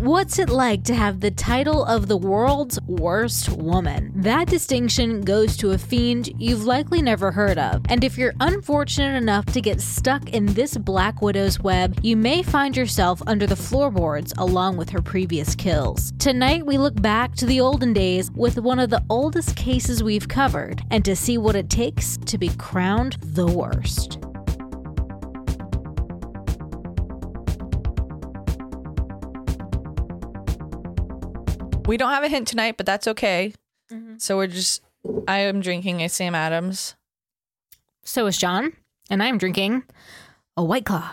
What's it like to have the title of the world's worst woman? That distinction goes to a fiend you've likely never heard of. And if you're unfortunate enough to get stuck in this Black Widow's web, you may find yourself under the floorboards along with her previous kills. Tonight, we look back to the olden days with one of the oldest cases we've covered and to see what it takes to be crowned the worst. We don't have a hint tonight, but that's okay. Mm-hmm. So we're just. I am drinking a Sam Adams. So is John, and I'm drinking a White Claw.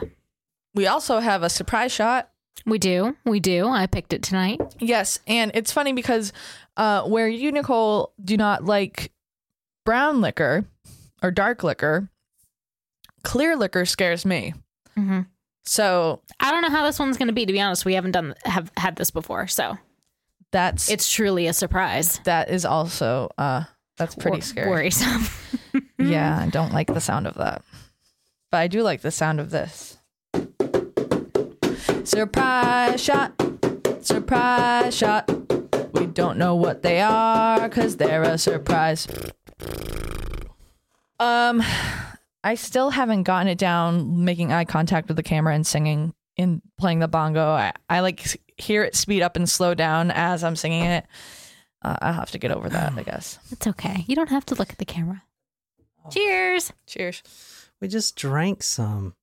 We also have a surprise shot. We do, we do. I picked it tonight. Yes, and it's funny because uh, where you Nicole do not like brown liquor or dark liquor, clear liquor scares me. Mm-hmm. So I don't know how this one's going to be. To be honest, we haven't done have had this before, so that's it's truly a surprise. that is also uh, that's pretty Wor- scary. worrisome. Yeah, I don't like the sound of that. But I do like the sound of this. Surprise shot. Surprise shot. We don't know what they are cuz they're a surprise. Um I still haven't gotten it down making eye contact with the camera and singing and playing the bongo. I, I like s- hear it speed up and slow down as I'm singing it. Uh, I'll have to get over that, I guess. It's okay. You don't have to look at the camera. Oh. Cheers. Cheers. We just drank some.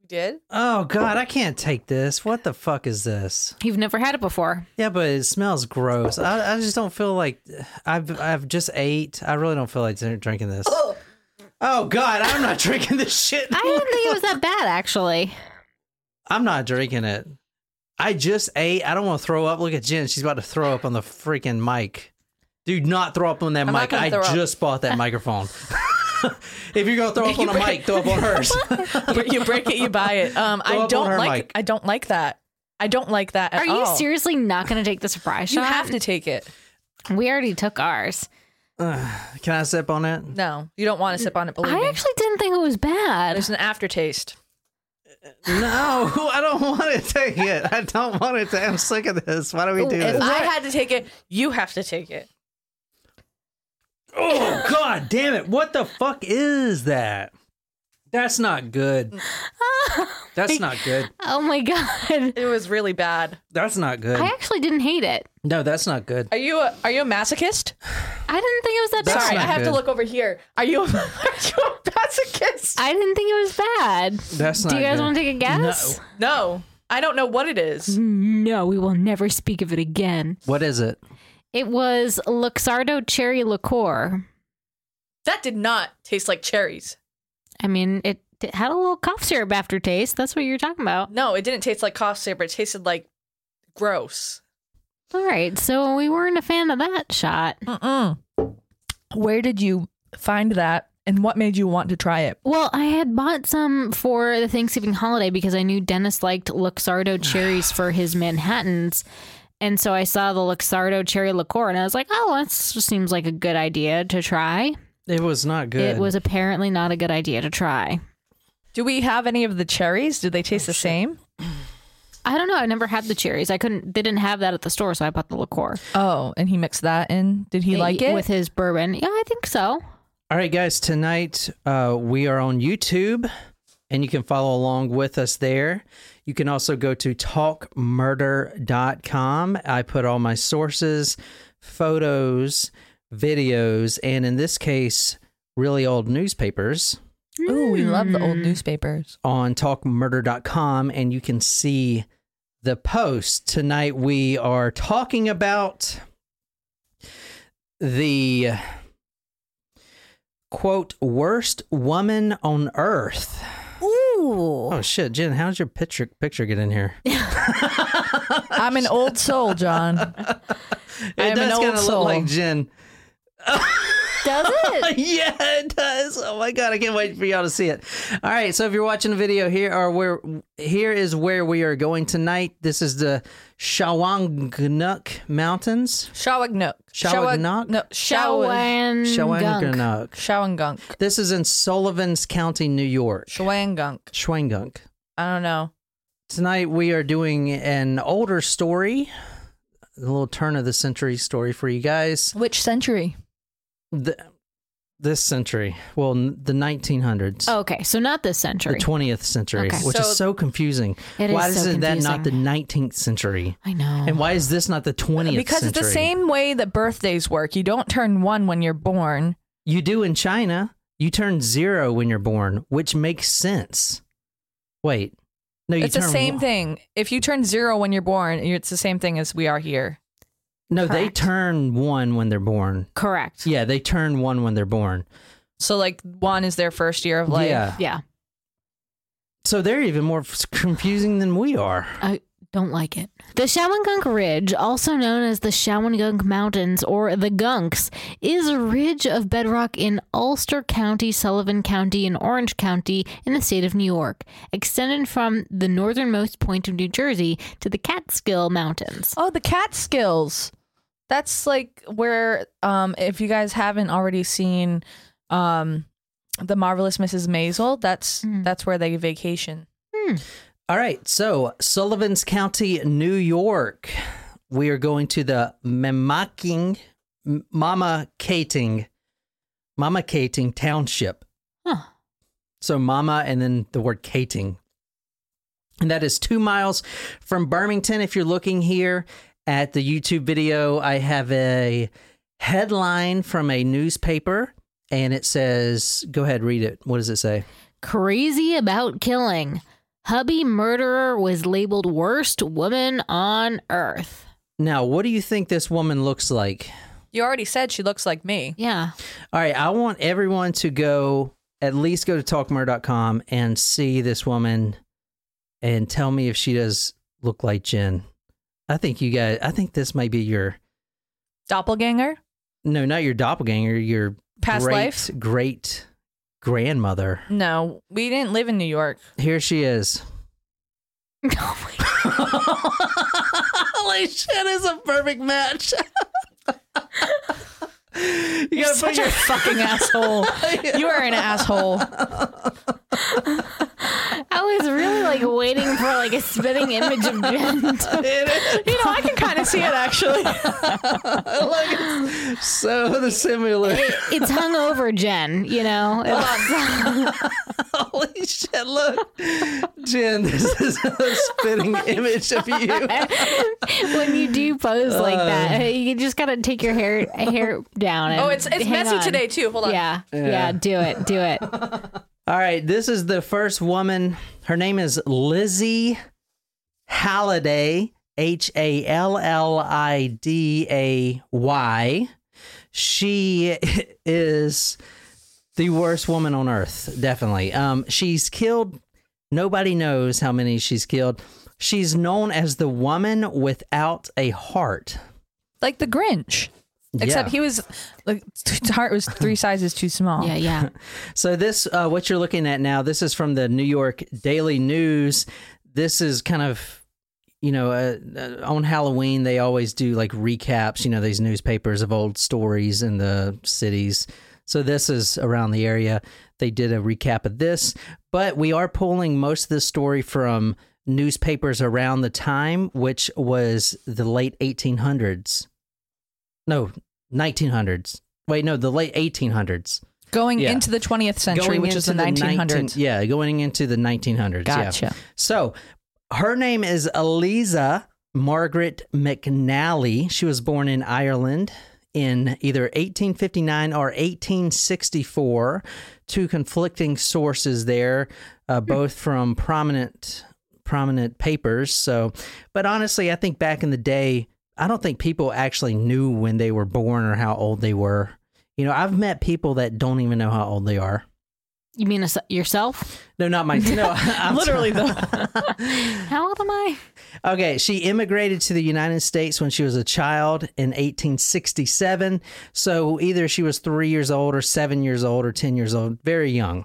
We did? Oh god, I can't take this. What the fuck is this? You've never had it before. Yeah, but it smells gross. I, I just don't feel like I've I've just ate. I really don't feel like drinking this. Oh, god, I'm not drinking this shit. I didn't think it was that bad, actually. I'm not drinking it. I just ate. I don't want to throw up. Look at Jen. She's about to throw up on the freaking mic. Dude, not throw up on that I'm not mic. gonna I throw up. just bought that microphone. if you're gonna throw up on a mic, throw up on hers. you break it, you buy it. Um, Throw up I on don't her like. mic. I don't like that. I don't like that at Are all. you seriously not going to take the surprise You shot? have to take it. We already took ours. Can I sip on it? No, you don't want to sip on it. Believe I me. actually didn't think it was bad. There's an aftertaste. No, I don't want to take it. I don't want it to. I'm sick of this. Why do we do If this? I had to take it, you have to take it. Oh god damn it. What the fuck is that? That's not good. That's not good. Oh my god. It was really bad. That's not good. I actually didn't hate it. No, that's not good. Are you a, are you a masochist? I didn't think it was that That's bad. Sorry, I not have to good. look over here. Are you a, are you a masochist? I didn't think it was bad. That's not Do you guys good. want to take a guess? No. No, I don't know what it is. No, we will never speak of it again. What is it? It was Luxardo cherry liqueur. That did not taste like cherries. I mean, it, it had a little cough syrup aftertaste. That's what you're talking about. No, it didn't taste like cough syrup. It tasted like gross. All right, so we weren't a fan of that shot. Mm-mm. Where did you find that, and what made you want to try it? Well, I had bought some for the Thanksgiving holiday because I knew Dennis liked Luxardo cherries for his Manhattans. And so I saw the Luxardo cherry liqueur and I was like, oh, that s- seems like a good idea to try. It was not good. It was apparently not a good idea to try. Do we have any of the cherries? Do they taste the same? I don't know. I've never had the cherries. I couldn't, they didn't have that at the store, so I bought the liqueur. Oh, and he mixed that in. Did he like it? With his bourbon. Yeah, I think so. All right, guys. Tonight uh, we are on YouTube, and you can follow along with us there. You can also go to talkmurder.com. I put all my sources, photos, videos, and in this case, really old newspapers Ooh, we love the old Mm. newspapers. on talkmurder.com, and you can see the post. Tonight we are talking about the quote worst woman on earth. Ooh. Oh shit, Jen, how's your picture picture get in here? I'm an old soul, John. I am does an old kinda soul. look like Jen. Mm. Does it? yeah, it does. Oh my god, I can't wait for y'all to see it. All right, so if you're watching the video here, or where here is where we are going tonight. This is the Shawangnuk Mountains. Shawagnuk. Shawagnuk? No, Shawan. Mm, Shawangun. Shawangnuk. Shawangunk. This is in Sullivan's County, New York. Shawangunk. Shwangunk. I don't know. Tonight we are doing an older story, a little turn of the century story for you guys. Which century? The, this century, well, n- the 1900s. Okay, so not this The century. 20th century, Okay. which Oh, So- is so confusing. It is why so isn't that not the confusing. 19th century? I know. And why is this not the 20th Because it's the century? same way that birthdays work. You don't turn one when you're born. You do in China, you turn zero when you're born, which makes sense. Wait. No, you it's the turn same one- thing. If you turn zero when you're born, it's the same thing as we are here. No, they Correct. turn one when they're born. Correct. Yeah, they turn one when they're born. So like one is their first year of life. yeah. Yeah. So they're even more f- confusing than we are. I don't like it. The Shawangunk Ridge, also known as the Shawangunk Mountains or the Gunks, is a ridge of bedrock in Ulster County, Sullivan County, and Orange County in the state of New York, extended from the northernmost point of New Jersey to the Catskill Mountains. Oh, the Catskills. That's like where um if you guys haven't already seen um the marvelous Mrs. Maisel, that's Mm. that's where they vacation. All right. So, Sullivan's County, New York. We are going to the Mamaking, M- Mama Cating, Mama Cating Township. Huh. So, Mama and then the word Cating. And that is two miles from Birmingham. If you're looking here at the YouTube video, I have a headline from a newspaper and it says, go ahead, read it. What does it say? Crazy about killing. Hubby murderer was labeled worst woman on earth. Now, what do you think this woman looks like? You already said she looks like me. Yeah. All right, I want everyone to go at least go to talkmore.com and see this woman and tell me if she does look like Jen. I think you guys I think this might be your Doppelganger? no, not your doppelganger, your Past great, life? great grandmother. No, we didn't live in New York. Here she is. Oh my God. Holy shit, is a perfect match. you You're gotta put such a fucking asshole. You are an asshole. I was really like waiting for like a spitting image of Jen. to- your You know, I can kind of see it actually. so the similar. It, it's hungover Jen, you know? Holy shit, look. Jen, this is a spitting image of you. when you do pose like that, you just gotta take your hair hair down. And Uh. Oh, it's it's hang messy on. today too. Hold on. Yeah, yeah, do it, do it. All right, this is the first woman. Her name is Lizzie Halliday, H A L L I D A Y. She is the worst woman on earth, definitely. Um, she's killed, nobody knows how many she's killed. She's known as the woman without a heart. Like the Grinch. Except Yeah. he was like his heart was three sizes too small. Yeah, yeah. So this, uh, what you're looking at now, this is from the New York Daily News. This is kind of, you know, uh, uh, on Halloween they always do like recaps. You know, these newspapers of old stories in the cities. So this is around the area. They did a recap of this, but we are pulling most of this story from newspapers around the time, which was the late 1800s. No, 1900s. Wait, no, the late 1800s Going Yeah. into the 20th century, which is the into 1900s. 19 yeah, going into the 1900s. Gotcha. Yeah. So her name is Eliza Margaret McNally. She was born in Ireland in either 1859 or 1864. Two conflicting sources there, Hmm. uh, both from prominent prominent papers. So, but honestly, I think back in the day, I don't think people actually knew when they were born or how old they were. You know, I've met people that don't even know how old they are. You mean as- yourself? No, not my. No, I'm Literally, though. How old am I? Okay, she immigrated to the United States when she was a child in 1867. So either she was three years old, or seven years old, or 10 years old, very young.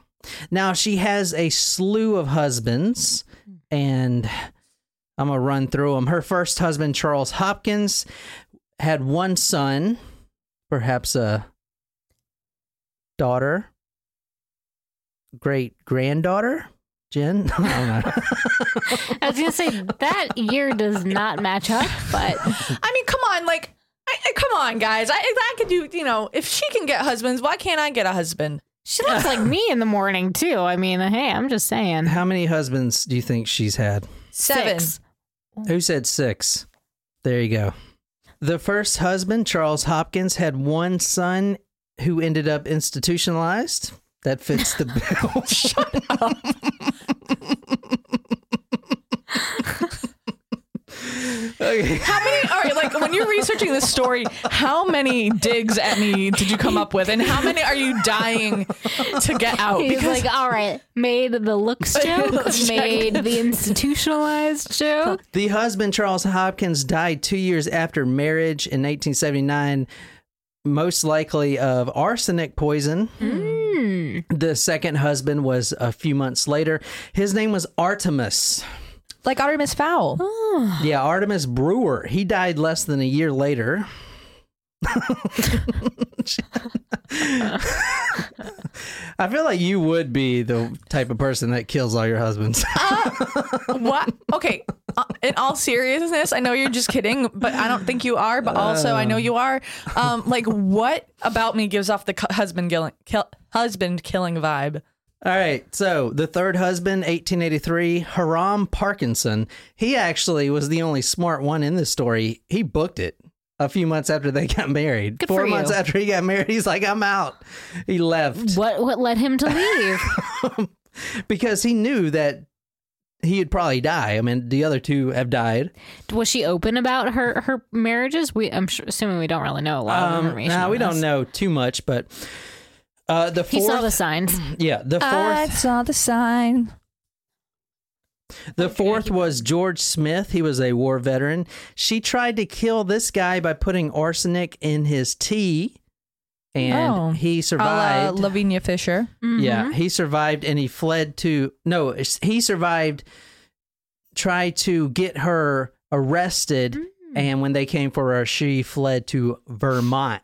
Now she has a slew of husbands, and I'm going to run through them. Her first husband, Charles Hopkins, had one son, perhaps a daughter, great granddaughter. Jen? I don't know. I was gonna say that year does not match up, but I mean, come on, like, I, I- come on, guys. I, I could do, you know, if she can get husbands, why can't I get a husband? she looks like me in the morning too. I mean, hey, I'm just saying. How many husbands do you think she's had? Seven. Six. Who said six? There you go. The first husband, Charles Hopkins, had one son who ended up institutionalized. That fits the bill. Shut up. okay. How many? All right, like when you're researching this story, how many digs at me did you come up with, and how many are you dying to get out? He's like, all right, made the looks joke, Let's check. made the institutionalized joke. The husband, Charles Hopkins, died two years after marriage in 1879, most likely of arsenic poison. The second husband was a few months later. His name was Artemis. like Artemis Fowl. Yeah, Artemis Brewer. He died less than a year later. I feel like you would be the type of person that kills all your husbands. What? Okay. uh, in all seriousness, I know you're just kidding, but I don't think you are. But also, I know you are. Um, like, what about me gives off the cu- husband killing kill, husband killing vibe? All right. So the third husband, 1883, Haram Parkinson. He actually was the only smart one in this story. He booked it a few months after they got married. Good Four for months you. after he got married, he's like, I'm out. He left What what led him to leave? because he knew that he'd probably die. I mean, the other two have died. Was she open about her her marriages? We I'm sure, assuming we don't really know a lot of Um, information. nah, on we don't this. know too much, but uh, the He fourth, saw Uh, the signs. yeah, the fourth, saw the sign. The fourth was George Smith. He was a war veteran. She tried to kill this guy by putting arsenic in his tea, and Oh. A la he Mm-hmm. survived. Lavinia Fisher. Mm-hmm. Yeah, he survived, and he fled to no. He survived. Tried to get her arrested, Mm. and when they came for her, she fled to Vermont,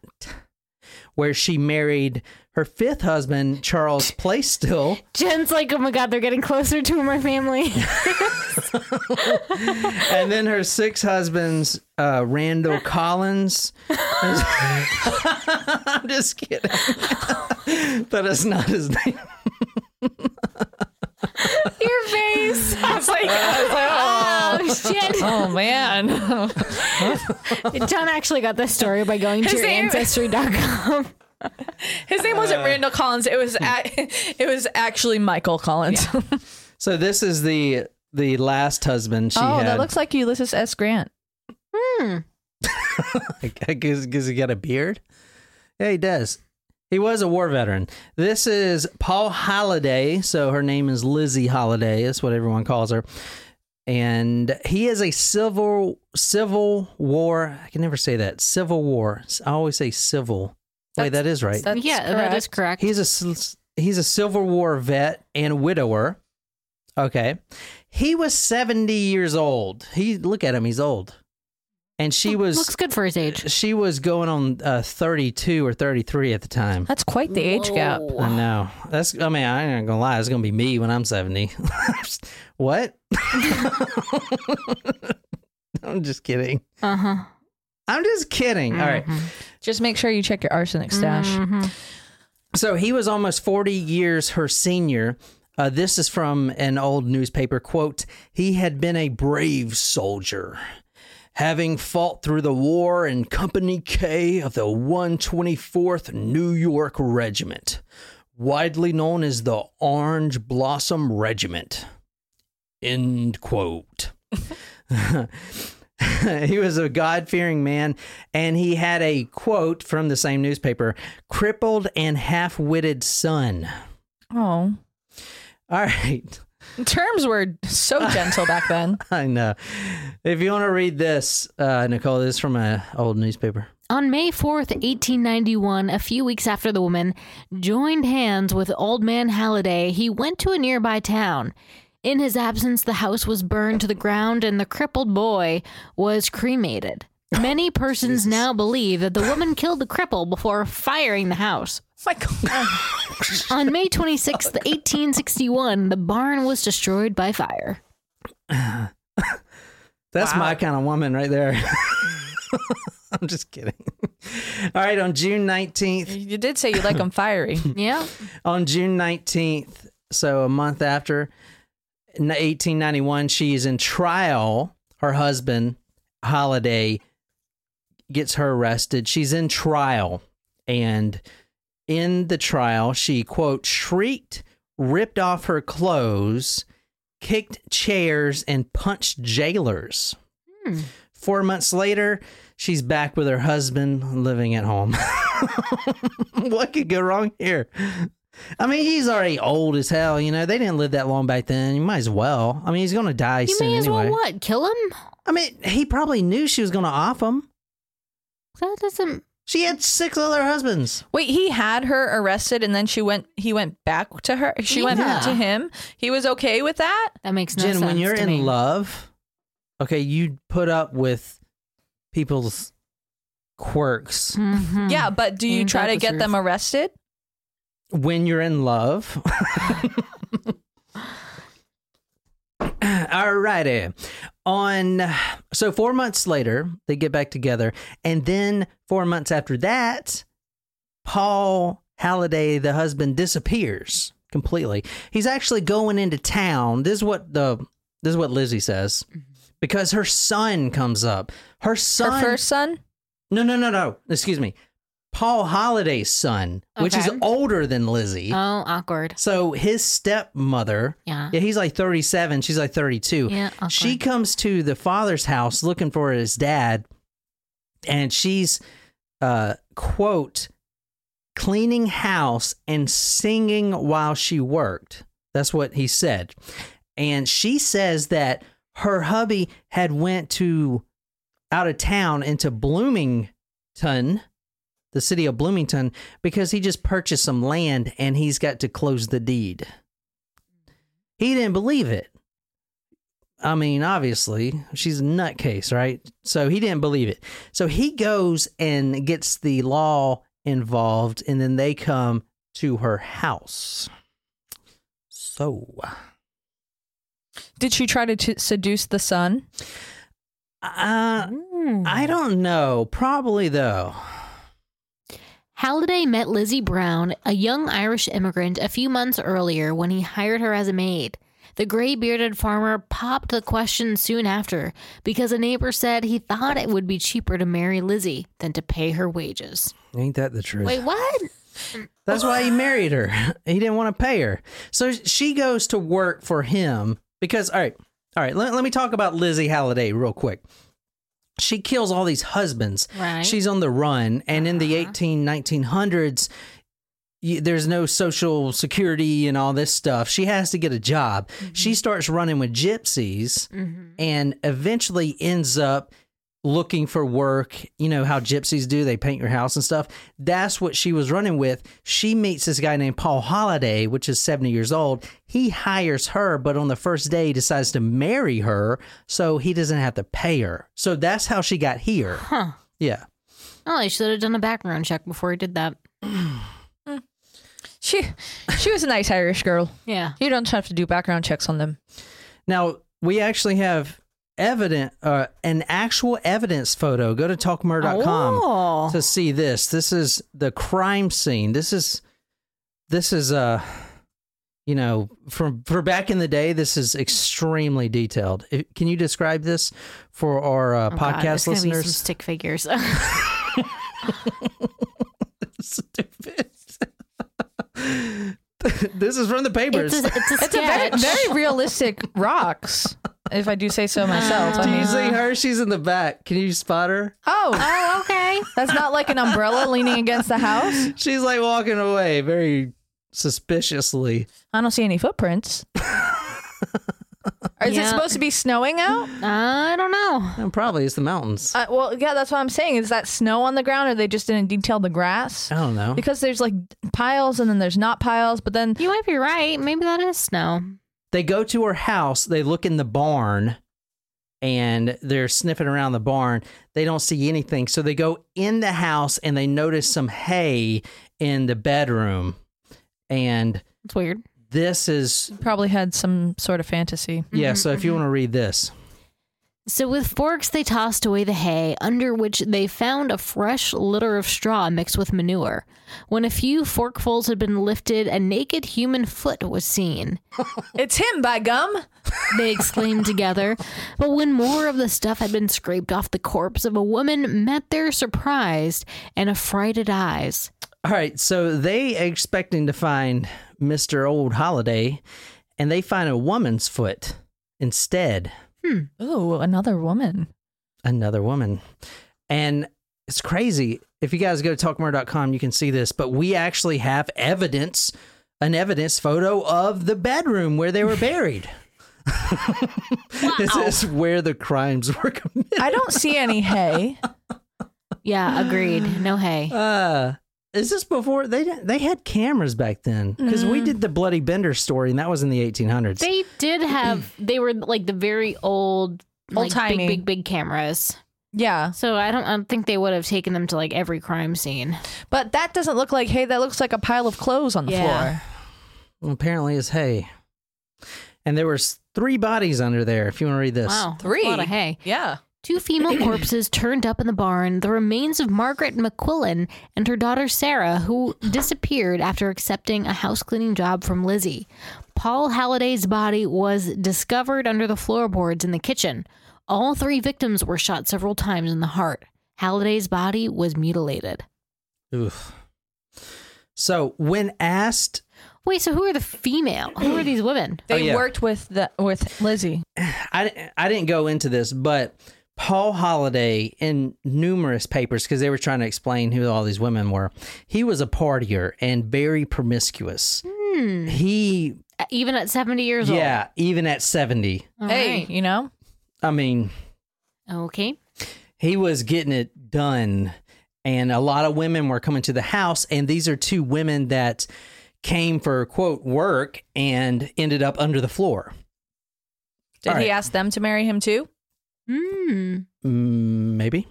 where she married her fifth husband, Charles Playstill. Jen's like, oh my god, they're getting closer to my family. and then her six husbands, uh, Randall Collins. I'm just kidding. that is not his name. Your face. I was like, I was like, Oh shit! oh man. John actually got this story by going to His your name- ancestry.com. His name wasn't Randall Collins. It was a- it was actually Michael Collins. So this is the the last husband she Oh, had. like Ulysses S. Grant. because he got a beard. Yeah, he does. He was a war veteran. This is Paul Holiday. So her name is Lizzie Holiday. That's what everyone calls her. And he is a civil civil war. I can never say that. Civil war. I always say civil. Wait, That's- that is right. That's yeah, that is correct. He's a s- he's a Civil War vet and widower. Okay, he was seventy years old. He look at him. He's old, and she was looks good for his age. she was going on uh, 32 or 33 at the time. That's quite the age gap. Whoa. I know. That's. I mean, I ain't gonna lie. It's gonna be me when I'm 70. what? I'm just kidding. Uh huh. I'm just kidding. All right. Just make sure you check your arsenic stash. So he was almost 40 years her senior. Uh, this is from an old newspaper quote. He had been a brave soldier, having fought through the war in Company K of the 124th New York Regiment, widely known as the Orange Blossom Regiment. End quote. he was a God fearing man, and he had a quote from the same newspaper crippled and half witted son. Oh. All right. Terms were so gentle back then. I know. If you want to read this, uh, Nicole, this is from an old newspaper. On May 4th, 1891, a few weeks after the woman joined hands with Old Man Halliday, he went to a nearby town. In his absence, the house was burned to the ground and the crippled boy was cremated. Many oh persons now believe that the woman killed the cripple before firing the house. Michael. On May Oh, 26th, 1861, the barn was destroyed by fire. That's Wow. my kind of woman right there. I'm just kidding. All right, on June 19th, You did say you like them fiery. Yeah. on June 19th, so a month after in 1891, she is in trial. Her husband, Holiday, gets her arrested. She's in trial. And in the trial, she, quote, shrieked, ripped off her clothes, kicked chairs, and punched jailers. Hmm. Four months later, she's back with her husband living at home. what could go wrong here? I mean, he's already old as hell. You know, they didn't live that long back then. You might as well. I mean, he's going to die You soon may as anyway. well what? Kill him? I mean, he probably knew she was going to off him. That doesn't. She had six other husbands. Wait, he had her arrested, and then she went. He went back to her. She went back Yeah. to him. He was okay with that. That makes no Jen, sense. when you're to in me. love, okay, you put up with people's quirks. Mhm. Yeah, but do you Ain't try that to the get truth? them arrested? When you're in love. All righty. On so four months later, they get back together, and then four months after that, Paul Halliday, the husband, disappears completely. He's actually going into town. This is what the this is what Lizzie says because her son comes up. Her son, Her first son. no, no, no, no. Excuse me, Paul Holiday's son, which is Okay. older than Lizzie. Oh, awkward. so his stepmother, Yeah. yeah, he's like thirty seven. She's like thirty two. Yeah. Awkward. She comes to the father's house looking for his dad, and she's, uh, quote, cleaning house and singing while she worked. That's what he said. And she says that her hubby had went to out of town into Bloomington, the city of Bloomington, because he just purchased some land and he's got to close the deed. He didn't believe it. I mean, obviously, she's a nutcase, right? So he didn't believe it. So he goes and gets the law involved, and then they come to her house. So Did she try to t- seduce the son? uh, Mm. I don't know. Probably, though. Halliday met Lizzie Brown, a young Irish immigrant, a few months earlier when he hired her as a maid. The gray bearded farmer popped the question soon after because a neighbor said he thought it would be cheaper to marry Lizzie than to pay her wages. Ain't that the truth? Wait, what? That's why he married her. He didn't want to pay her. So she goes to work for him because, all right, all right, let, let me talk about Lizzie Halliday real quick. She kills all these husbands. Right. She's on the run. And in the Uh-huh. 18, 1900s, y- there's no social security and all this stuff. She has to get a job. She starts running with gypsies Mm-hmm. and eventually ends up looking for work. You know how gypsies do, they paint your house and stuff. That's what she was running with. She meets this guy named Paul Holliday, which is 70 years old. He hires her, but on the first day decides to marry her so he doesn't have to pay her. So that's how she got here. Huh. Yeah. Oh, he should have done a background check before he did that. She, she was a nice Irish girl. Yeah. You don't have to do background checks on them. Now, we actually have evident uh, an actual evidence photo. Go to talkmurder.com. Oh. to see this. This is the crime scene. This is this is uh you know from for back in the day. This is extremely detailed. If- can you describe this for our uh, Oh, God, there's podcast gonna Be some listeners? stick figures. Stupid. this is from the papers. it's a, it's a It's a very, sketch. very realistic rocks, if I do say so myself. I Do you mean, see her? She's in the back. Can you spot her? oh, oh, okay. that's not like an umbrella leaning against the house. She's like walking away very suspiciously. I don't see any footprints. Is it Yeah. supposed to be snowing out? I don't know. And probably it's the mountains. Uh, well, yeah, that's what I'm saying. Is that snow on the ground, or they just didn't detail the grass? I don't know. Because there's like piles, and then there's not piles, but then You might be right. Maybe that is snow. they go to her house they look in the barn and they're sniffing around the barn they don't see anything so they go in the house and they notice some hay in the bedroom And It's weird. this is, Probably had some sort of fantasy. yeah, so if you want to read this, So with forks, they tossed away the hay, under which they found a fresh litter of straw mixed with manure. When a few forkfuls had been lifted, a naked human foot was seen. It's him by gum. They exclaimed together. But when more of the stuff had been scraped off the corpse of a woman, met their surprised and affrighted eyes. all right, so they expecting to find Mr. Old Holiday and they find a woman's foot instead. Ooh, another woman. another woman. And it's crazy. If you guys go to talkmore.com, you can see this, but we actually have evidence, an evidence photo of the bedroom where they were buried. This is where the crimes were committed. I don't see any hay. Yeah, agreed. No hay. Uh, is this before they didn't- they had cameras back then? Because we did the bloody Bender story, and that was in the 1800s. Mm. They did have. They were like the very old, like, Old-timey. big, big, big cameras. Yeah, So I don't, I don't think they would have taken them to like every crime scene. but that doesn't look like hay. That looks like a pile of clothes on the Yeah. floor. Well, apparently, is hay, and there was three bodies under there. If you want to read this, Wow, that's Three. A lot of hay. Yeah. Oh, Two female corpses turned up in the barn, the remains of Margaret McQuillan and her daughter Sarah, who disappeared after accepting a house cleaning job from Lizzie. Paul Halliday's body was discovered under the floorboards in the kitchen. All three victims were shot several times in the heart. Halliday's body was mutilated. Oof. So when asked Wait, so who are the female? Who are these women? They Oh, yeah. worked with the with Lizzie. I, I didn't go into this, but Paul Holiday in numerous papers because they were trying to explain who all these women were. He was a partier and very promiscuous. He, Hmm. Even at 70 years yeah, even at 70. old. All hey, right. you know, I mean, Okay. he was getting it done. And a lot of women were coming to the house. And these are two women that came for, quote, work and ended up under the floor. did All he right. ask them to marry him too? Hmm. Mm, maybe.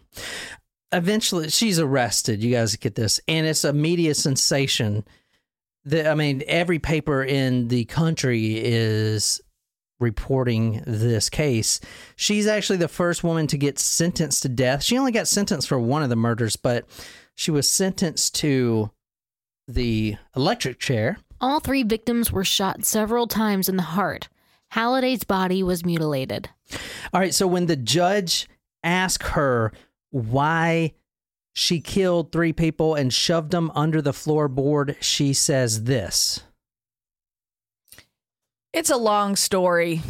Eventually, she's arrested. You guys get this, and it's a media sensation. That I mean, every paper in the country is reporting this case. She's actually the first woman to get sentenced to death. She only got sentenced for one of the murders, but she was sentenced to the electric chair. All three victims were shot several times in the heart. Halliday's body was mutilated. All right. So when the judge asked her why she killed three people and shoved them under the floorboard, she says this. It's a long story.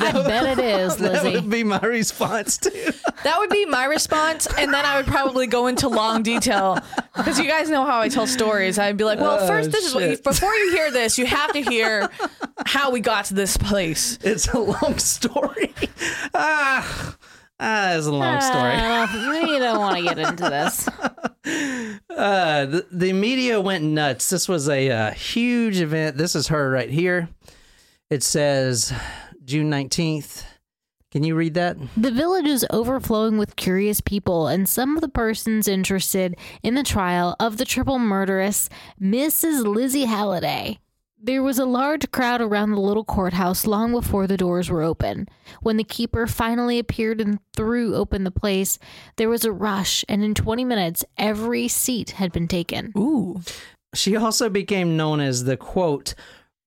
I bet it is, That would Lizzie. be my response too. That would be my response, and then I would probably go into long detail because you guys know how I tell stories. I'd be like, "Well, Oh, first, this is what you, shit. before you hear this, you have to hear how we got to this place." It's a long story. Ah, ah it's a long story. Uh, we don't want to get into this. Uh, the, the media went nuts. This was a uh, huge event. This is her right here. It says June 19th. Can you read that? The village is overflowing with curious people, and some of the persons interested in the trial of the triple murderess, Mrs. Lizzie Halliday. There was a large crowd around the little courthouse long before the doors were open. When the keeper finally appeared and threw open the place, there was a rush, and in 20 minutes, every seat had been taken. Ooh, She also became known as the quote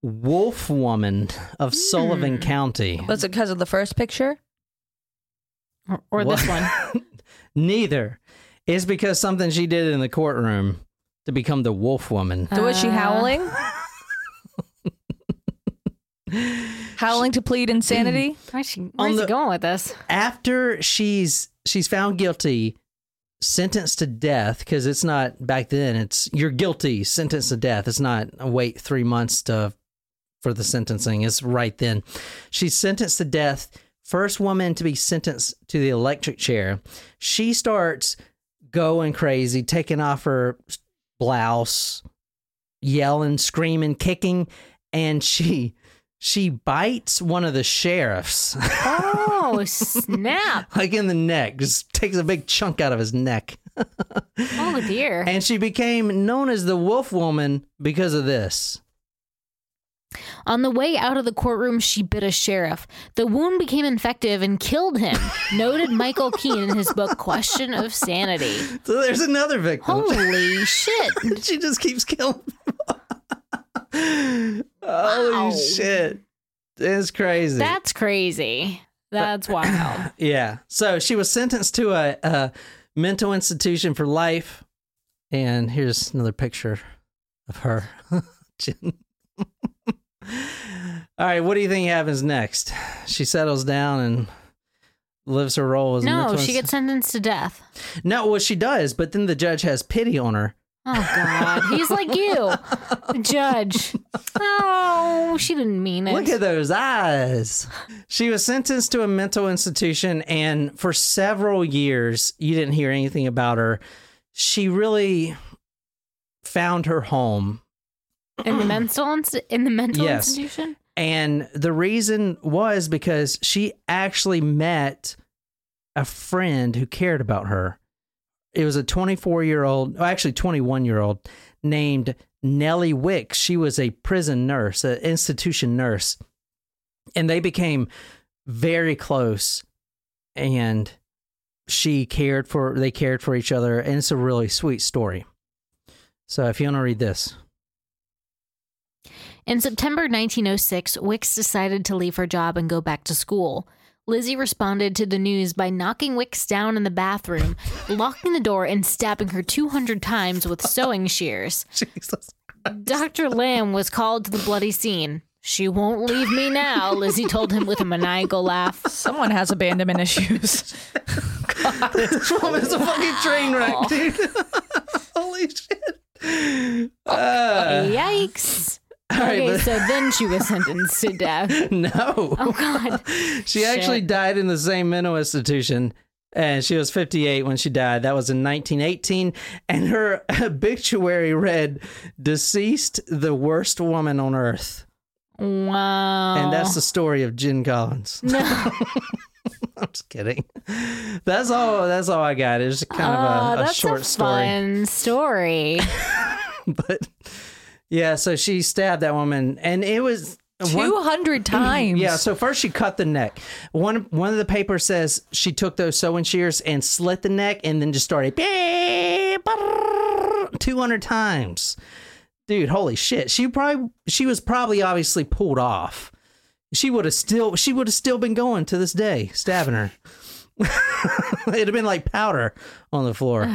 wolf woman of Sullivan County. was it because of the first picture? Or, or What? this one. Neither. It's because something she did in the courtroom to become the wolf woman. was she Uh. howling? howling to plead insanity? Where's she, On where's the- he going with this? After she's she's found guilty, sentenced to death, because it's not back then, it's you're guilty, sentenced to death. It's not wait three months to for the sentencing. It's right then. She's sentenced to death. First woman to be sentenced to the electric chair. She starts going crazy, taking off her blouse, yelling, screaming, kicking, and she she bites one of the sheriffs Oh, snap. like in the neck, just takes a big chunk out of his neck. Oh, dear. And she became known as the Wolf Woman because of this. On the way out of the courtroom, she bit a sheriff. The wound became infective and killed him, noted Michael Keane in his book, Question of Sanity. So there's another victim. Holy shit. she just keeps killing people. Holy Wow. shit. It's crazy. That's crazy. That's wild. yeah. So she was sentenced to a, a mental institution for life. And here's another picture of her. Jen. All right. What do you think happens next? She settles down and lives her role as a No, mental she insti- gets sentenced to death. No, well, she does, but then the judge has pity on her. Oh God, he's like you, the judge. Oh, she didn't mean it. Look at those eyes. She was sentenced to a mental institution, and for several years, you didn't hear anything about her. She really found her home. in the mental inst- in the mental Yes. institution. And the reason was because she actually met a friend who cared about her. It was a 24 year old, actually 21 year old, named Nellie Wicks. She was a prison nurse, an institution nurse. And they became very close. And she cared for, they cared for each other. And it's a really sweet story. So if you want to read this, In September 1906, Wicks decided to leave her job and go back to school. Lizzie responded to the news by knocking Wicks down in the bathroom, locking the door, and stabbing her 200 times with sewing shears. Jesus. Dr. Lamb was called to the bloody scene. She won't leave me now, Lizzie told him with a maniacal laugh. Someone has abandonment issues. It's a fucking train wreck, dude. Holy shit. Uh, Yikes. right, okay, but- so then she was sentenced to death. no. Oh God. she actually shit. died in the same mental institution. And she was 58 when she died. That was in 1918. And her obituary read, Deceased, the worst woman on earth. Wow. And that's the story of Jen Collins. no. I'm just kidding. That's all That's all I got. It was kind Oh, of a, a that's short a story. fun story. But yeah, so she stabbed that woman. And it was. one- 200 times. Yeah, so first she cut the neck. One one of the papers says she took those sewing shears and slit the neck and then just started 200 times. Dude, holy shit. She probably she was probably obviously pulled off. She would have still she would have still been going to this day, stabbing her. It'd have been like powder on the floor.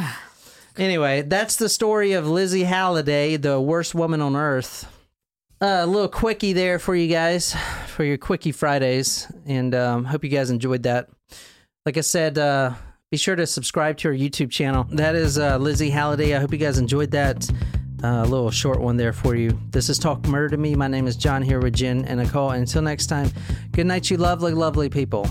anyway, that's the story of Lizzie Halliday, the worst woman on earth a little quickie there for you guys for your quickie fridays and um, hope you guys enjoyed that like i said uh, be sure to subscribe to our youtube channel that is uh, lizzie halliday i hope you guys enjoyed that uh, a little short one there for you this is talk murder to me my name is john here with jen and nicole until next time good night you lovely lovely people